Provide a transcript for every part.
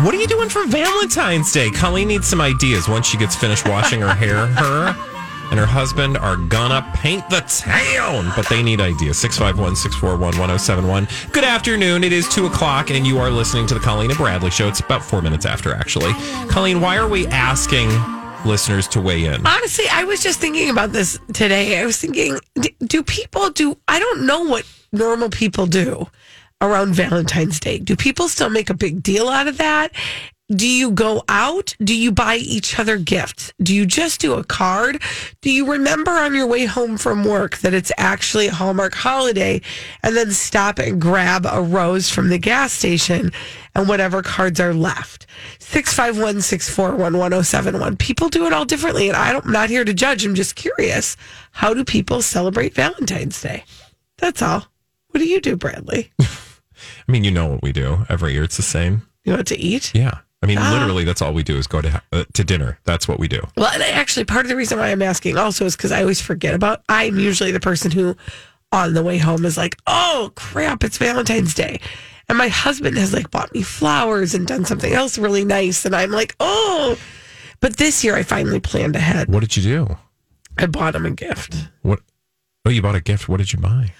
What are you doing for Valentine's Day? Colleen needs some ideas once she gets finished washing her hair. Her and her husband are gonna paint the town, but they need ideas. 651 641 1071. Good afternoon. It is 2 o'clock, and you are listening to the Colleen and Bradley show. It's about four minutes after, actually. Colleen, why are we asking listeners to weigh in? Honestly, I was just thinking about this today. I was thinking, d- do people do? I don't know what normal people do around Valentine's Day. Do people still make a big deal out of that? Do you go out? Do you buy each other gifts? Do you just do a card? Do you remember on your way home from work that it's actually a Hallmark holiday and then stop and grab a rose from the gas station and whatever cards are left? 651 641 1071. People do it all differently, and I don't, I'm not here to judge. I'm just curious. How do people celebrate Valentine's Day? That's all. What do you do, Bradley? I mean, you know what we do every year. It's the same. You want to eat? Yeah. I mean, literally, that's all we do is go to ha- uh, to dinner. That's what we do. Well, and actually, part of the reason why I'm asking also is because I always forget about. I'm usually the person who, on the way home, is like, "Oh crap, it's Valentine's Day," and my husband has like bought me flowers and done something else really nice, and I'm like, "Oh," but this year I finally planned ahead. What did you do? I bought him a gift. What? Oh, you bought a gift. What did you buy?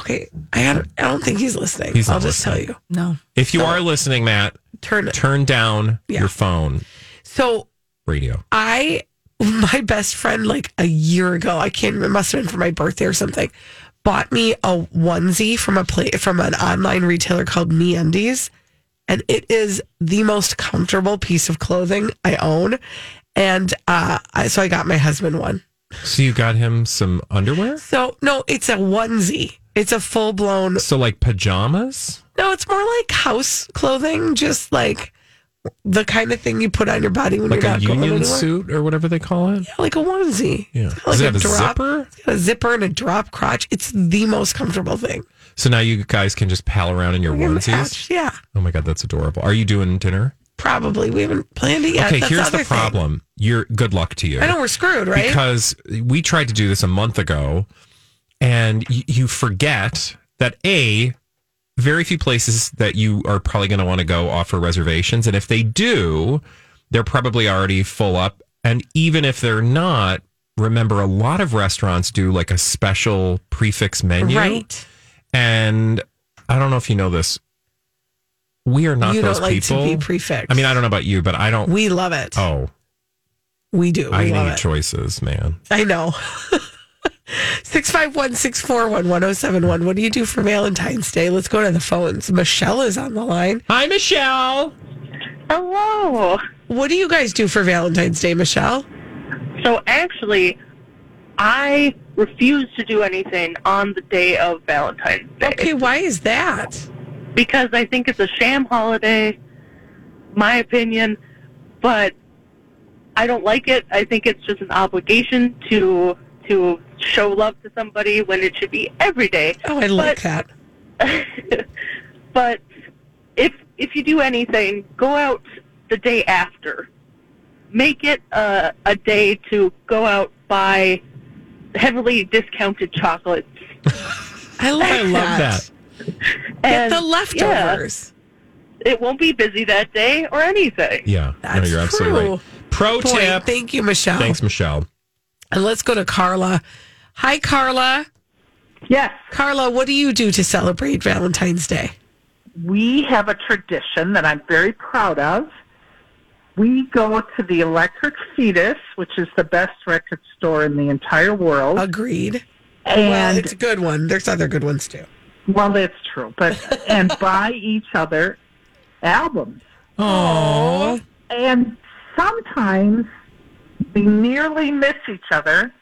Okay, I don't, I don't think he's listening. He's not I'll just tell listening. you. No. If you are listening, Matt, Turn it. turn down Yeah. your phone So radio. I my best friend like a year ago, I can't remember, it must have been for my birthday or something, bought me a onesie from a play from an online retailer called Me Undies. And it is the most comfortable piece of clothing I own. And uh, I, so I got my husband one. So you got him some underwear? So no, it's a onesie. It's a full blown So like pajamas? no, it's more like house clothing, just like the kind of thing you put on your body when Like you're a not going union anywhere. suit or whatever they call it? Yeah, like a onesie. Yeah. It's got Does it have a drop- zipper? It's got a zipper and a drop crotch. It's the most comfortable thing. So now you guys can just pal around in your You're onesies? matched, Yeah, Oh my god, that's adorable. Are you doing dinner? probably. We haven't planned it yet. okay, That's here's the other thing. problem. You're good luck to you. I know we're screwed, right? because we tried to do this a month ago and y- you forget that a very few places that you are probably going to want to go offer reservations and if they do they're probably already full up and even if they're not remember a lot of restaurants do like a special prefix menu right. and i don't know if you know this we are not you those don't like people to be prefixed. i mean i don't know about you but i don't We love it. oh we do. We i love need it. choices man I know. Six five one six four one one zero seven one. What do you do for Valentine's Day? Let's go to the phones. Michelle is on the line. hi michelle Hello. What do you guys do for Valentine's Day, Michelle? So actually, I refuse to do anything on the day of Valentine's Day Okay, why is that? because I think it's a sham holiday, my opinion, but I don't like it. I think it's just an obligation to to show love to somebody when it should be every day. Oh, I like But- that. but if if you do anything, go out the day after. Make it a, a day to go out buy heavily discounted chocolates. I like I love that. Get And, the yeah, leftovers. it won't be busy that day or anything. Yeah, That's no, you're absolutely true. right. Pro Point. tip. Thank you, Michelle. Thanks, Michelle. And let's go to Carla. Hi, Carla. Yes, Carla, what do you do to celebrate Valentine's Day? we have a tradition that I'm very proud of. We go to the Electric Fetus, which is the best record store in the entire world. Agreed. well, and it's a good one. There's other good ones too. well, that's true, but and buy each other albums. Oh, And sometimes we nearly miss each other,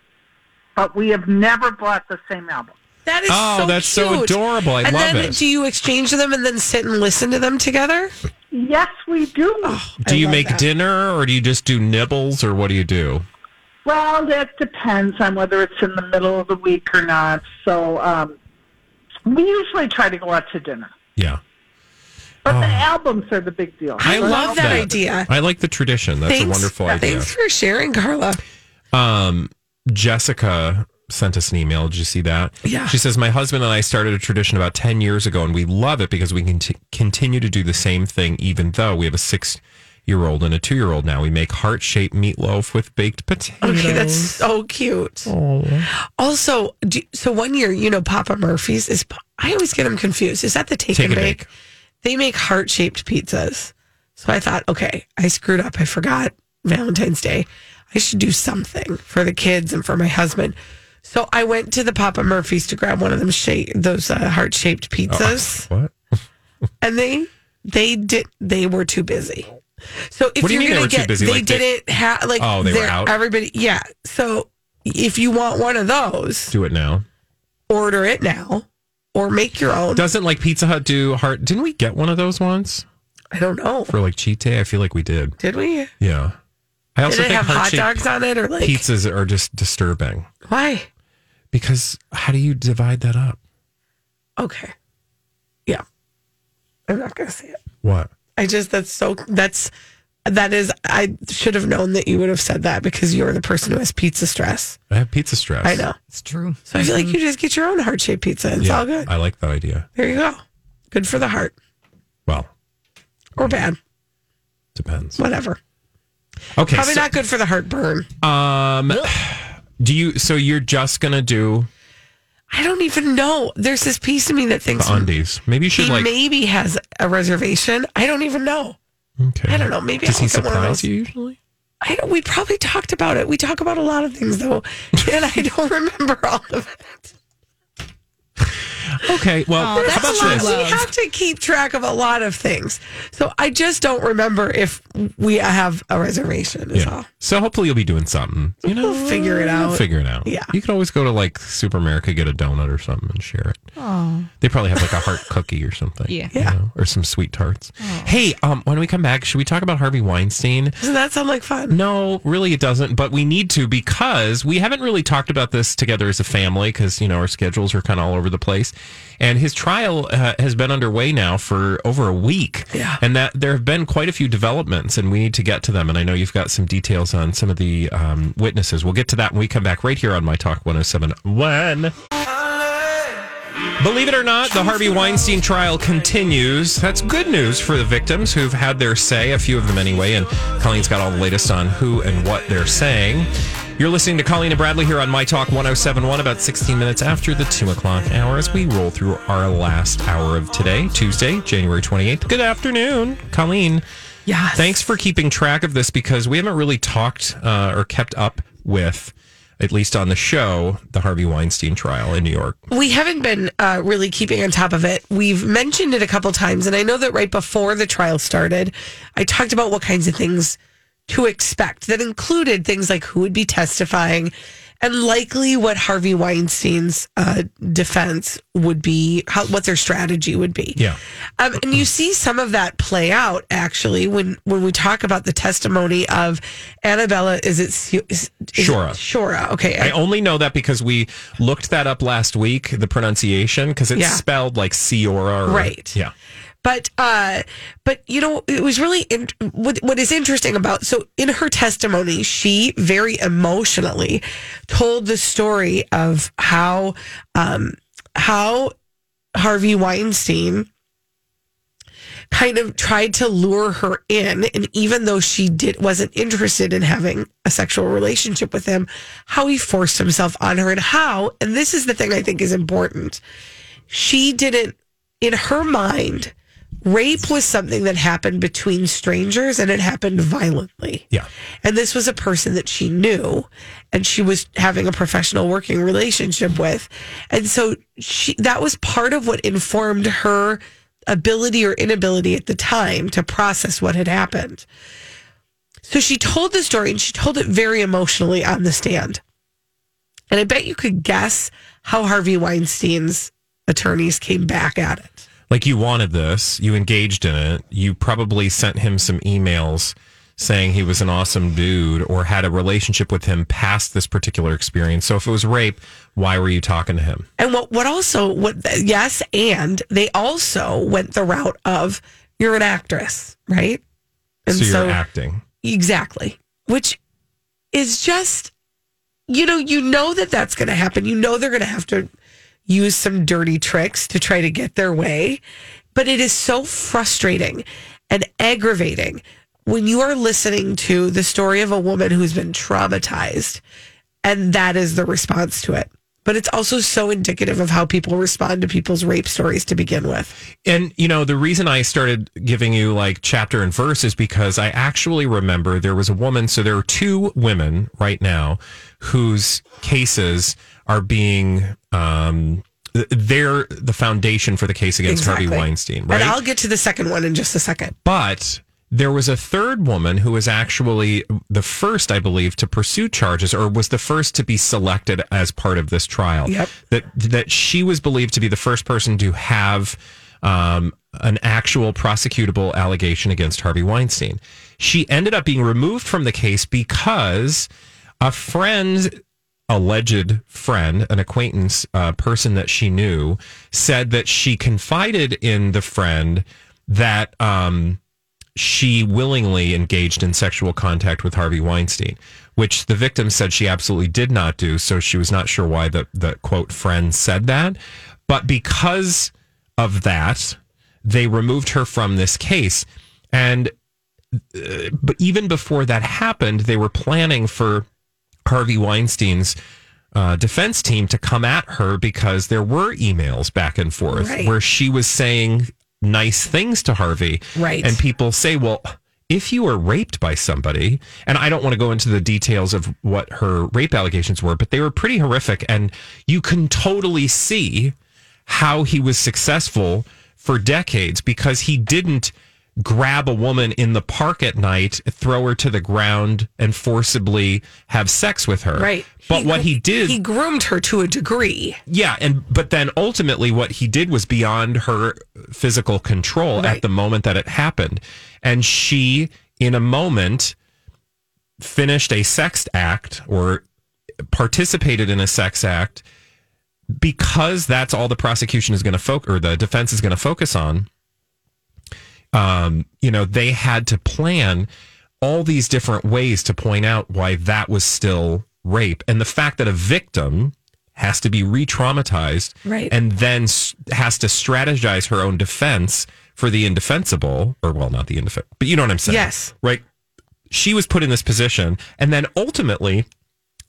but we have never bought the same album. That is Oh, so that's so cute. adorable. I and love then it. do you exchange them and then sit and listen to them together? Yes, we do. Do I you love make that. dinner or do you just do nibbles or what do you do? Well, that depends on whether it's in the middle of the week or not. So um, we usually try to go out to dinner. Yeah. But the albums are the big deal. I Those love that albums- idea. I like the tradition. That's a Thanks- wonderful yeah, idea. Thanks for sharing, Carla. Um, Jessica sent us an email. Did you see that? Yeah. She says, My husband and I started a tradition about 10 years ago, and we love it because we can t- continue to do the same thing, even though we have a six year old and a two year old now. We make heart shaped meatloaf with baked potatoes. Okay, that's so cute. Also, do, so one year, you know, Papa Murphy's is. I always get them confused. Is that the take, Take and and bake? bake. They make heart shaped pizzas. So I thought, okay, I screwed up. I forgot Valentine's Day. I should do something for the kids and for my husband. So I went to the Papa Murphy's to grab one of them shape those uh, heart shaped Oh, pizzas, What? and they they did they were too busy. So if What do you mean are they gonna were too get, busy? they Like they- didn't have like Oh, they were they're- out? everybody yeah. So if you want one of those, Do it now. order it now or make your own. Doesn't like Pizza Hut do heart? Didn't we get one of those once I don't know. for like cheat day? I feel like we did. Did we? Yeah. I also Did it think have hot heart dogs shaped on it or like pizzas are just disturbing why? because how do you divide that up? Okay. Yeah. I'm not going to say it. What? I just, that's so, that's, that is, I should have known that you would have said that because you're the person who has pizza stress. I have pizza stress. I know. It's true. Mm-hmm. So I feel like you just get your own heart shaped pizza. and It's all good. I like that idea. There you go. Good for the heart Well, or Mm-hmm. bad, depends. whatever. Okay. Probably so, not good for the heartburn. Um, do you? So you're just gonna do I don't even know. There's this piece of me that thinks the undies? Maybe you should he like. maybe has a reservation. I don't even know. okay. I don't know. Maybe Does he I'll get one of surprise those. you usually? I don't, we probably talked about it. We talk about a lot of things though, and I don't remember all of it. Okay. Well, Oh, how that's about a lot. this? We have to keep track of a lot of things, so I just don't remember if we have a reservation. Is all. So hopefully you'll be doing something. You know, We'll figure it I'll out. figure it out. Yeah. You could always go to like Super America, get a donut or something, and share it. Oh, They probably have like a heart cookie or something. Yeah. you know, or some sweet tarts. Hey, um, when we come back, should we talk about Harvey Weinstein? Doesn't that sound like fun? No, really, it doesn't. But we need to because we haven't really talked about this together as a family because you know our schedules are kind of all over the place. And his trial uh, has been underway now for over a week. Yeah. and that there have been quite a few developments, and we need to get to them. And I know you've got some details on some of the um, witnesses. We'll get to that when we come back right here on My Talk 1071. Believe it or not, the Harvey Weinstein trial continues. That's good news for the victims who've had their say, a few of them anyway, and Colleen's got all the latest on who and what they're saying. You're listening to Colleen and Bradley here on My Talk 1071, about 16 minutes after the 2 o'clock hour as we roll through our last hour of today, Tuesday, January 28th. Good afternoon, Colleen. Yeah. Thanks for keeping track of this because we haven't really talked uh, or kept up with, at least on the show, the Harvey Weinstein trial in New York. we haven't been uh, really keeping on top of it. We've mentioned it a couple times, and I know that right before the trial started, I talked about what kinds of things to expect that included things like who would be testifying and likely what Harvey Weinstein's uh, defense would be, how, what their strategy would be. Yeah. Um, and you see some of that play out actually when, when we talk about the testimony of Annabella. Is it Su- is, is it Shura. Shura. Okay. I only know that because we looked that up last week, the pronunciation, because it's Yeah. spelled like Ciora. Or, Right. Yeah. but uh but you know it was really in, what, what is interesting about so in her testimony she very emotionally told the story of how um how harvey weinstein kind of tried to lure her in and even though she did wasn't interested in having a sexual relationship with him how he forced himself on her and how and this is the thing i think is important she didn't in her mind rape was something that happened between strangers and it happened violently Yeah. and this was a person that she knew and she was having a professional working relationship with and so she that was part of what informed her ability or inability at the time to process what had happened so she told the story and she told it very emotionally on the stand and i bet you could guess how harvey weinstein's attorneys came back at it like you wanted this, you engaged in it, you probably sent him some emails saying he was an awesome dude or had a relationship with him past this particular experience. So if it was rape, why were you talking to him? And what what also what yes, and they also went the route of you're an actress, right? And so you're acting. Exactly. Which is just, you know, you know that that's going to happen. You know they're going to have to use some dirty tricks to try to get their way. But it is so frustrating and aggravating when you are listening to the story of a woman who's been traumatized and that is the response to it. But it's also so indicative of how people respond to people's rape stories to begin with. And you know, the reason I started giving you like chapter and verse is because I actually remember there was a woman, so there are two women right now whose cases are being um th- they're the foundation for the case against Harvey Exactly. Weinstein, right? And I'll get to the second one in just a second. But there was a third woman who was actually the first, I believe, to pursue charges or was the first to be selected as part of this trial. Yep. That that she was believed to be the first person to have um, an actual prosecutable allegation against Harvey Weinstein. She ended up being removed from the case because a friend alleged friend, an acquaintance, uh, person that she knew, said that she confided in the friend that um, she willingly engaged in sexual contact with Harvey Weinstein, which the victim said she absolutely did not do. So she was not sure why the, the quote friend said that. But because of that, they removed her from this case. And but even before that happened, they were planning for Harvey Weinstein's uh, defense team to come at her because there were emails back and forth Right. where she was saying nice things to Harvey. Right. And people say, well, if you were raped by somebody, and I don't want to go into the details of what her rape allegations were, but they were pretty horrific. And you can totally see how he was successful for decades because he didn't grab a woman in the park at night, throw her to the ground, and forcibly have sex with her. Right. But what he did, He groomed her to a degree. yeah, and but then ultimately what he did was beyond her physical control at Right. the moment that it happened, and she, in a moment, finished a sex act or participated in a sex act because that's all the prosecution is going to focus or the defense is going to focus on um, you know they had to plan all these different ways to point out why that was still rape and the fact that a victim has to be re-traumatized Right. and then s- has to strategize her own defense for the indefensible or well not the indefensible but you know what i'm saying Yes. right she was put in this position and then ultimately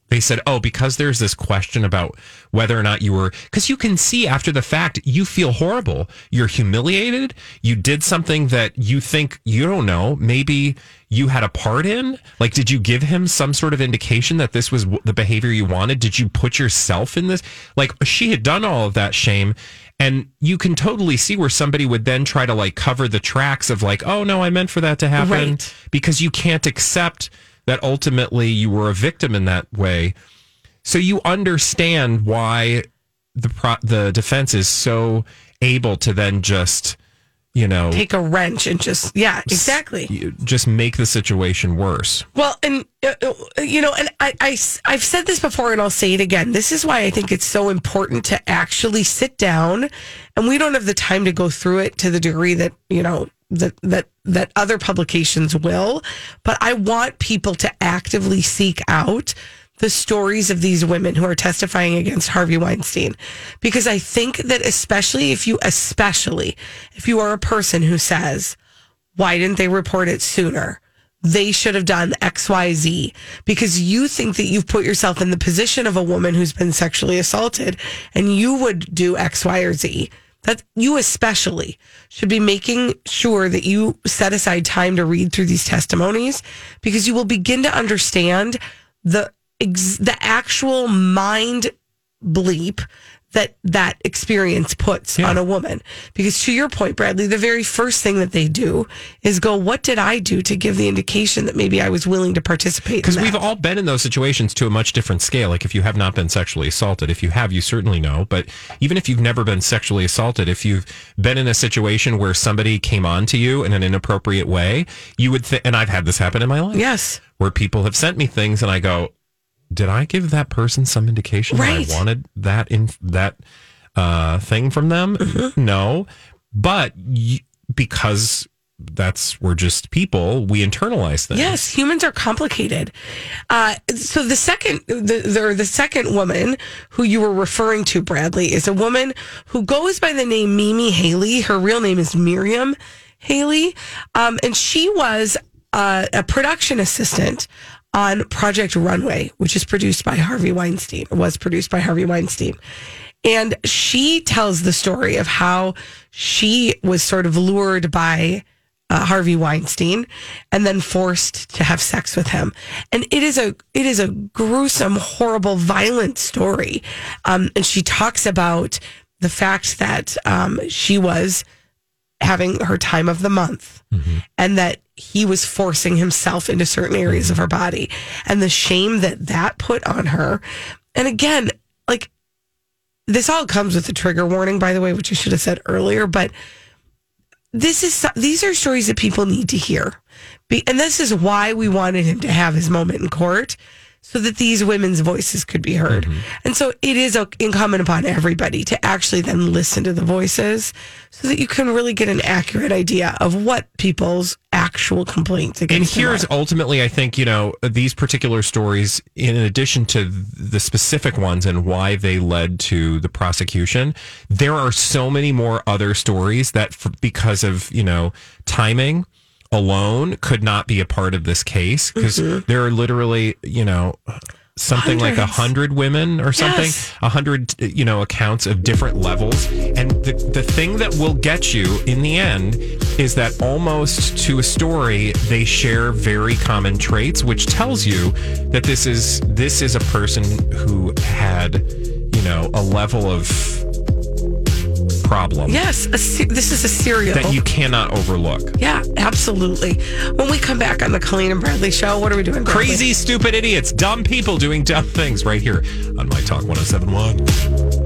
they said, "Oh, because there's this question about whether or not you were because you can see after the fact you feel horrible. You're humiliated. You did something that you think you don't know. Maybe you had a part in. Like, did you give him some sort of indication that this was w- the behavior you wanted? Did you put yourself in this? Like, she had done all of that shame." And you can totally see where somebody would then try to like cover the tracks of like, oh no, I meant for that to happen Right. because you can't accept that ultimately you were a victim in that way. So you understand why the pro- the defense is so able to then just you know Take a wrench and just, yeah, exactly. you- just make the situation worse. Well, and uh, uh, you know, and I, I, have said this before, and I'll say it again. This is why I think it's so important to actually sit down, and we don't have the time to go through it to the degree that you know that that that other publications will. But I want people to actively seek out the stories of these women who are testifying against Harvey Weinstein because I think that especially if you especially if you are a person who says why didn't they report it sooner? They should have done XYZ because you think that you've put yourself in the position of a woman who's been sexually assaulted and you would do X, Y, or Z. That you especially should be making sure that you set aside time to read through these testimonies because you will begin to understand the ex- the actual mind bleep that that experience puts Yeah. on a woman. Because to your point, Bradley, the very first thing that they do is go, "What did I do to give the indication that maybe I was willing to participate?" in Because that?" we've all been in those situations to a much different scale. Like if you have not been sexually assaulted, if you have, you certainly know. But even if you've never been sexually assaulted, if you've been in a situation where somebody came on to you in an inappropriate way, you would think, and I've had this happen in my life yes, where people have sent me things and I go, did I give that person some indication Right. that I wanted that in that uh, thing from them? No, but y- because that's we're just people, we internalize things. Yes, humans are complicated. Uh, so the second, the, the or the second woman who you were referring to, Bradley, is a woman who goes by the name Mimi Haley. Her real name is Miriam Haley, um, and she was uh, a production assistant on Project Runway, which is produced by Harvey Weinstein, or was produced by Harvey Weinstein. And she tells the story of how she was sort of lured by uh, Harvey Weinstein and then forced to have sex with him. And it is a it is a gruesome, horrible, violent story. Um, and she talks about the fact that um, she was having her time of the month and that he was forcing himself into certain areas of her body and the shame that that put on her. And again, like this all comes with a trigger warning, by the way, which I should have said earlier, but this is these are stories that people need to hear Be, and this is why we wanted him to have his moment in court so that these women's voices could be heard Mm-hmm. and so it is uh, incumbent upon everybody to actually then listen to the voices so that you can really get an accurate idea of what people's actual complaints and against them here's are. ultimately i think you know these particular stories in addition to the specific ones and why they led to the prosecution there are so many more other stories that f because of you know timing alone could not be a part of this case because there are literally you know something like a Hundreds. hundred women or something Yes. a hundred you know accounts of different levels and the, the thing that will get you in the end is that almost to a story they share very common traits which tells you that this is this is a person who had you know a level of problem yes a, se- this is a serial that you cannot overlook yeah absolutely when we come back on the colleen and bradley show what are we doing Bradley? crazy stupid idiots dumb people doing dumb things right here on my talk 1071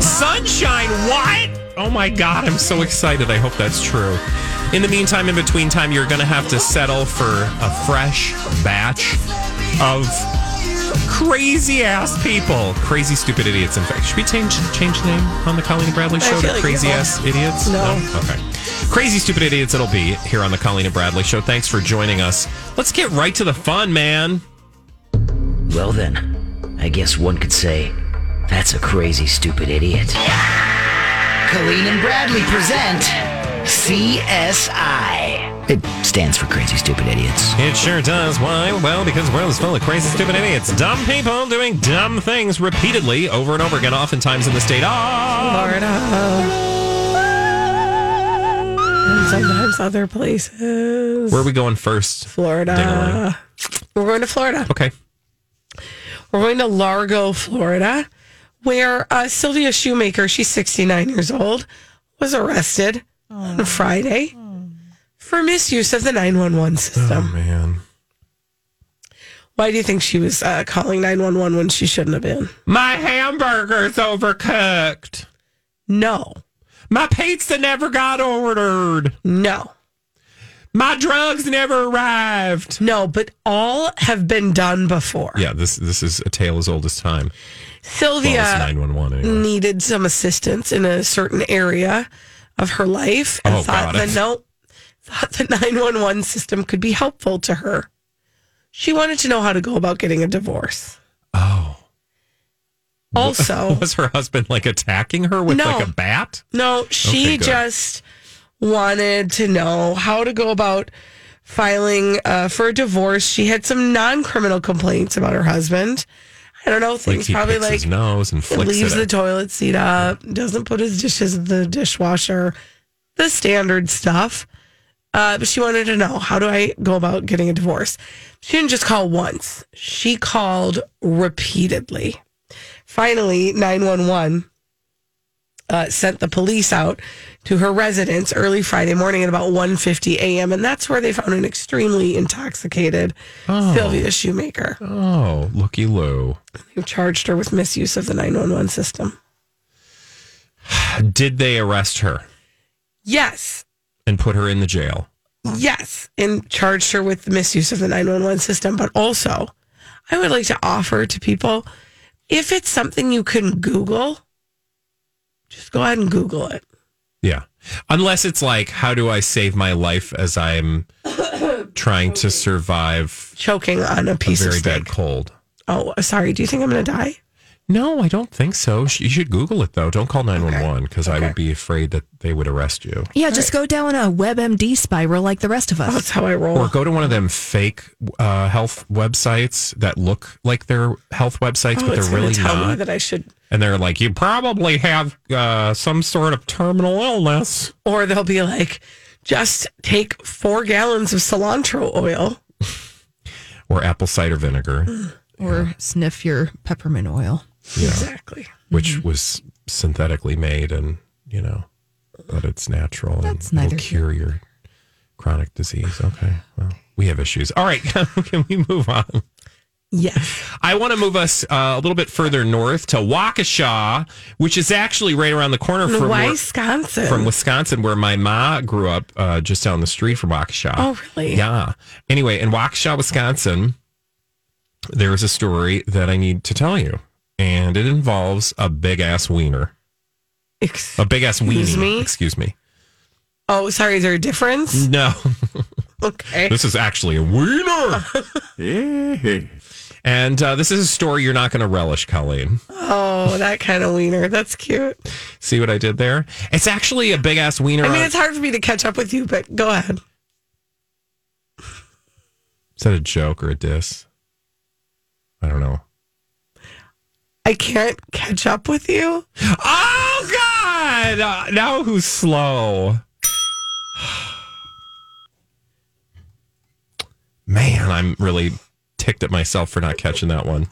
Sunshine, what? Oh my God, I'm so excited. I hope that's true. In the meantime, in between time, you're going to have to settle for a fresh batch of crazy ass people. Crazy, stupid idiots, in fact. Should we change, change the name on the Colleen and Bradley show to feel like Crazy you will. Ass Idiots? No. Okay. Crazy, stupid idiots, it'll be here on the Colleen and Bradley show. Thanks for joining us. Let's get right to the fun, man. Well, then, I guess one could say that's a crazy, stupid idiot. Colleen and Bradley present CSI. It stands for Crazy, Stupid Idiots. It sure does. Why? Well, because the world is full of crazy, stupid idiots. Dumb people doing dumb things repeatedly over and over again, oftentimes in the state of. Florida. And sometimes other places. Where are we going first? Dingaling. Florida. We're going to Florida. Okay. We're going to Largo, Florida, where uh, Sylvia Shoemaker, she's 69 years old, was arrested on Friday for misuse of the 911 system. Oh. man. Why do you think she was uh, calling 911 when she shouldn't have been? My hamburger's overcooked. No, My pizza never got ordered. no, My drugs never arrived. no, but all have been done before. Yeah, this this is a tale as old as time. Well, Sylvia. it's 911 anyway. needed some assistance in a certain area of her life and Oh, thought God. the no thought the 911 system could be helpful to her. She wanted to know how to go about getting a divorce. Oh. Also, Was her husband like attacking her with No. like a bat? no, she Okay, good. just wanted to know how to go about filing uh, for a divorce. She had some non-criminal complaints about her husband. I don't know, Like things he probably picks like his nose and flicks leaves it the at- toilet seat up, doesn't put his dishes in the dishwasher, the standard stuff. Uh, but she wanted to know how do I go about getting a divorce? She didn't just call once; she called repeatedly. Finally, nine one one uh, sent the police out to her residence early Friday morning at about 1.50 a.m. And that's where they found an extremely intoxicated Sylvia Shoemaker. Oh, looky loo. They charged her with misuse of the 911 system. Did they arrest her Yes, and put her in the jail? yes, and charged her with the misuse of the 911 system. But also, I would like to offer to people if it's something you can Google, just go ahead and Google it. Yeah. Unless it's like, how do I save my life as I'm trying to survive Choking on a a piece of very steak. bad cold? Oh, sorry. Do you think I'm going to die? No, I don't think so. Sh- You should Google it though. Don't call 911 because I would be afraid that they would arrest you. Yeah, just go down a WebMD spiral like the rest of us. That's how I roll. Or go to one of them fake uh, health websites that look like they're health websites, oh, but it's they're gonna really tell me not. that I should. and they're like, you probably have uh, some sort of terminal illness. Or they'll be like, just take four gallons of cilantro oil. Or apple cider vinegar, Mm-hmm. Or sniff your peppermint oil. Exactly. which was synthetically made and, you know, but it's natural That's and neither will cure your chronic disease. Okay. Well, we have issues. All right. Can we move on? Yes. I want to move us uh, a little bit further north to Waukesha, which is actually right around the corner from where- Wisconsin. from Wisconsin, where my ma grew up, uh, just down the street from Waukesha. Oh, really? Yeah. Anyway, in Waukesha, Wisconsin, there is a story that I need to tell you, and it involves a big ass wiener, Ex- a big ass weenie. Excuse me? Excuse me. oh, sorry. Is there a difference? No, Okay. this is actually a wiener. and uh, this is a story you're not going to relish, Colleen. Oh, that kind of wiener. That's cute. See what I did there? It's actually a big ass wiener. I mean, on- it's hard for me to catch up with you, but go ahead. Is that a joke or a diss? I don't know. I can't catch up with you. Oh God! Uh, now who's slow? Man, I'm really ticked at myself for not catching that one.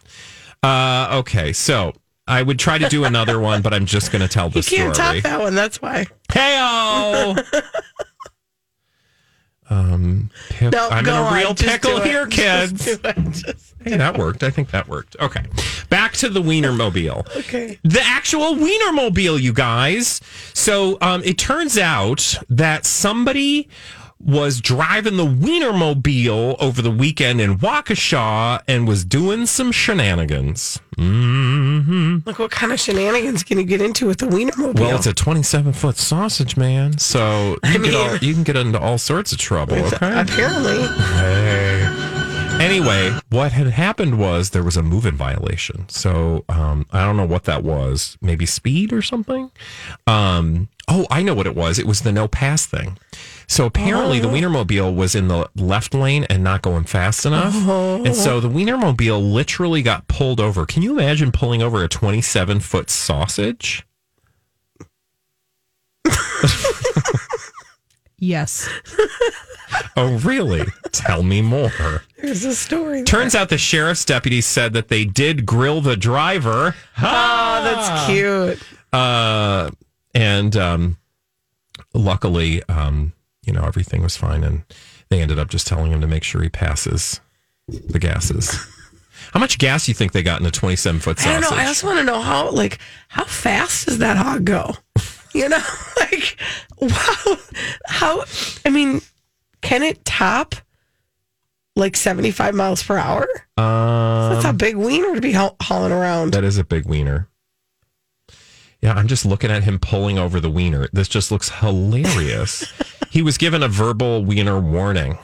Uh, okay, so I would try to do another one, but I'm just going to tell the You can't story. top that one. That's why. Heyo. um, pick- No, I'm go in a on. real Just pickle do it. here, Just kids. do it. Just- Hey, that worked. I think that worked. Okay. Back to the Wienermobile. okay. The actual Wienermobile, you guys. So um, it turns out that somebody was driving the Wienermobile over the weekend in Waukesha and was doing some shenanigans. Look, what kind of shenanigans can you get into with the wienermobile? Well, it's a 27 foot sausage, man. So you, mean- get all, you can get into all sorts of trouble, okay? apparently. Hey. Anyway, what had happened was there was a move in violation. So um, I don't know what that was. Maybe speed or something? Um, oh, I know what it was. It was the no pass thing. So apparently the Wienermobile was in the left lane and not going fast enough. And so the Wienermobile literally got pulled over. Can you imagine pulling over a 27 foot sausage? Yes. Oh, really? Tell me more. There's a story. Turns out the sheriff's deputy said that they did grill the driver. Oh, that's cute. Uh, and um, luckily, um, you know, everything was fine. And they ended up just telling him to make sure he passes the gases. How much gas do you think they got in a 27 foot I sausage? don't know. I also want to know how, like, how fast does that hog go? You know, like, wow. How, I mean, can it top like 75 miles per hour? That's Um, a big wiener to be haul- hauling around. Uh, That is a big wiener. Yeah, I'm just looking at him pulling over the wiener. This just looks hilarious. he was given a verbal wiener warning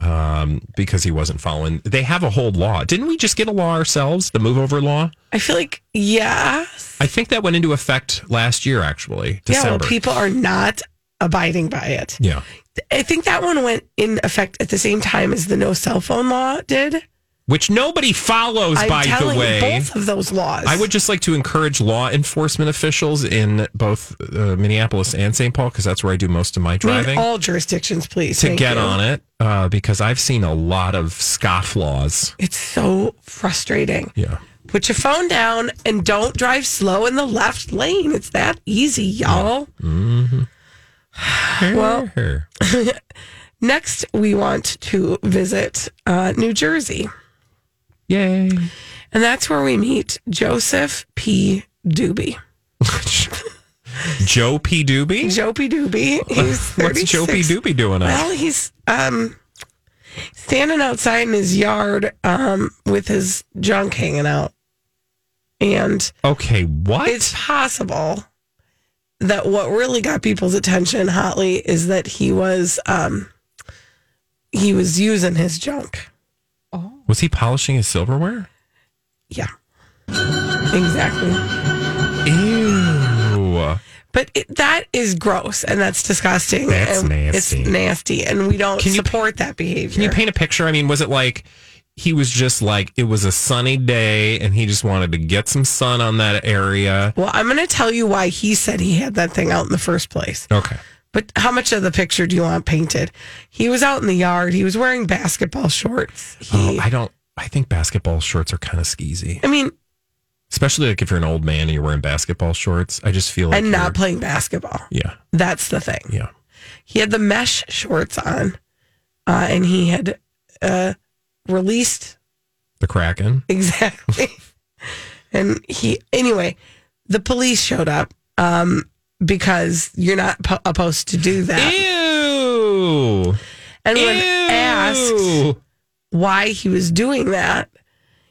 um, because he wasn't following. They have a whole law. Didn't we just get a law ourselves, the move over law? I feel like, yeah. I think that went into effect last year, actually. Yeah, well, December. people are not abiding by it. Yeah. I think that one went in effect at the same time as the no cell phone law did. Which nobody follows, I'm by telling the you, way. both of those laws. I would just like to encourage law enforcement officials in both uh, Minneapolis and St. Paul, because that's where I do most of my I driving. mean, all jurisdictions, please. to Thank get you. on it uh, because I've seen a lot of scofflaws. It's so frustrating. Yeah. Put your phone down and don't drive slow in the left lane. It's that easy, y'all. Well- Her. Next, we want to visit uh, New Jersey. Yay. And that's where we meet Joseph P. Doobie. Joe P. Doobie? Joe P. Doobie. He's What's 36. Joe P. Doobie doing up? Well, he's um, standing outside in his yard um, with his junk hanging out. And okay, what? it's possible that what really got people's attention hotly is that he was um, he was using his junk. Was he polishing his silverware? Yeah. Exactly. Ew. But it, that is gross and that's disgusting. That's and nasty. It's nasty and we don't Can you- support that behavior. Can you paint a picture? I mean, was it like he was just like it was a sunny day and he just wanted to get some sun on that area? well, I'm going to tell you why he said he had that thing out in the first place. Okay. But how much of the picture do you want painted? He was out in the yard. He was wearing basketball shorts. He, Oh, I don't. I think basketball shorts are kind of skeezy, I mean, especially like if you're an old man and you're wearing basketball shorts. I just feel like and not you're- playing basketball. Yeah, That's the thing. yeah. He had the mesh shorts on uh, and he had uh, released The Kraken. Exactly. and he, anyway, the police showed up um, because you're not po- supposed to do that. Ew. And Ew. when asked why he was doing that,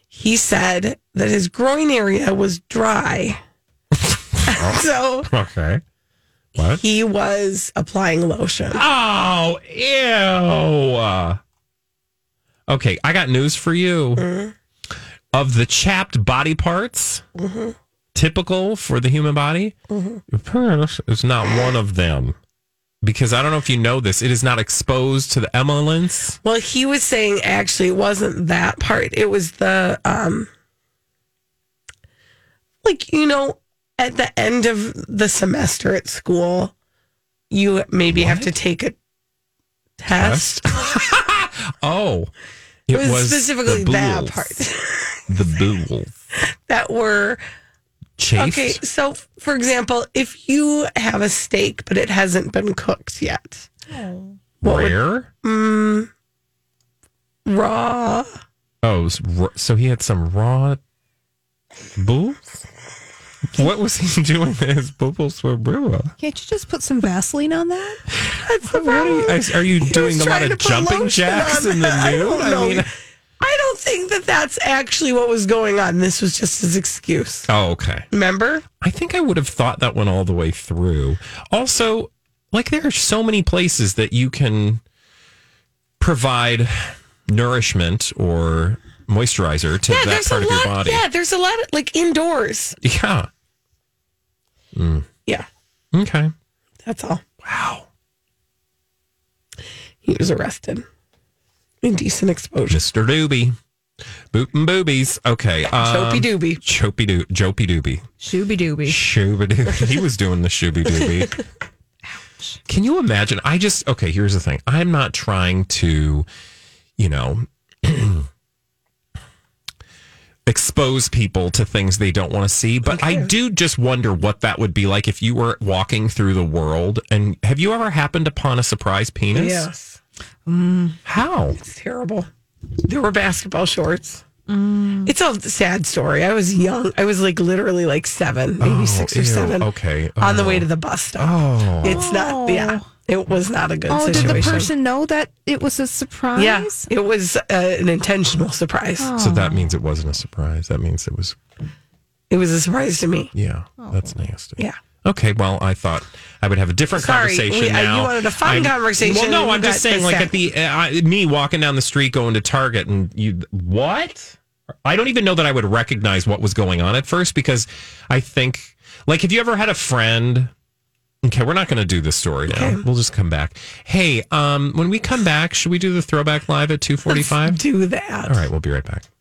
he said that his groin area was dry. so Okay. What? he was applying lotion. Oh, ew. Okay, I got news for you. Mm-hmm. Of the chapped body parts, Mm-hmm. typical for the human body, your penis is not one of them. Because I don't know if you know this, it is not exposed to the emolence. Well, he was saying actually it wasn't that part. It was the um like you know at the end of the semester at school you maybe have to take a test. Oh, It was, specifically the that bools. part The bool. that were Chafed? okay. So, for example, if you have a steak but it hasn't been cooked yet, what would- Rare? raw Oh, s- r- so he had some raw boobs? What was he doing that his bubbles were raw? Can't you just put some Vaseline on that? What Are you, are you doing a lot trying to of put jumping lotion jacks on in the that. I nude? don't know. I mean, I don't think that that's actually what was going on. This was just his excuse. oh, okay. Remember? I think I would have thought that one all the way through. Also, like there are so many places that you can provide nourishment or moisturizer to that part of a your lot. body. Yeah, there's a lot of like indoors. yeah. Yeah, Okay. that's all. Wow. He was arrested. Indecent exposure. Mr. Doobie. Boot and boobies. Okay. Um, Chopey doobie. Chopey doo, Jopey doobie. Shooby dooby. Shooby dooby. He was doing the shooby dooby. Can you imagine? I just, okay, here's the thing. I'm not trying to, you know, expose people to things they don't want to see, but I do just wonder what that would be like if you were walking through the world. And have you ever happened upon a surprise penis? Yes, Mm, How? it's terrible. There were basketball shorts. Mm. It's a sad story. I was young. I was like literally like seven, maybe Oh, six or ew. seven. Okay. On the Oh. way to the bus stop. Oh. It's not. Yeah, it was not a good Oh, situation. did the person know that it was a surprise? Yeah, it was uh, an intentional surprise. Oh. So that means it wasn't a surprise. That means it was, It was a surprise to me. yeah, that's nasty. Oh. Yeah. Okay, well, I thought I would have a different Sorry, conversation we- uh, you now. wanted a fun conversation Well, no, and I'm you just got saying, this like out. at the uh, I- me walking down the street going to Target, and you what? I don't even know that I would recognize what was going on at first because I think, like, have you ever had a friend? Okay, we're not going to do this story now. We'll just come back. Hey, um, when we come back, should we do the throwback live at two forty-five? Do that. All right, we'll be right back.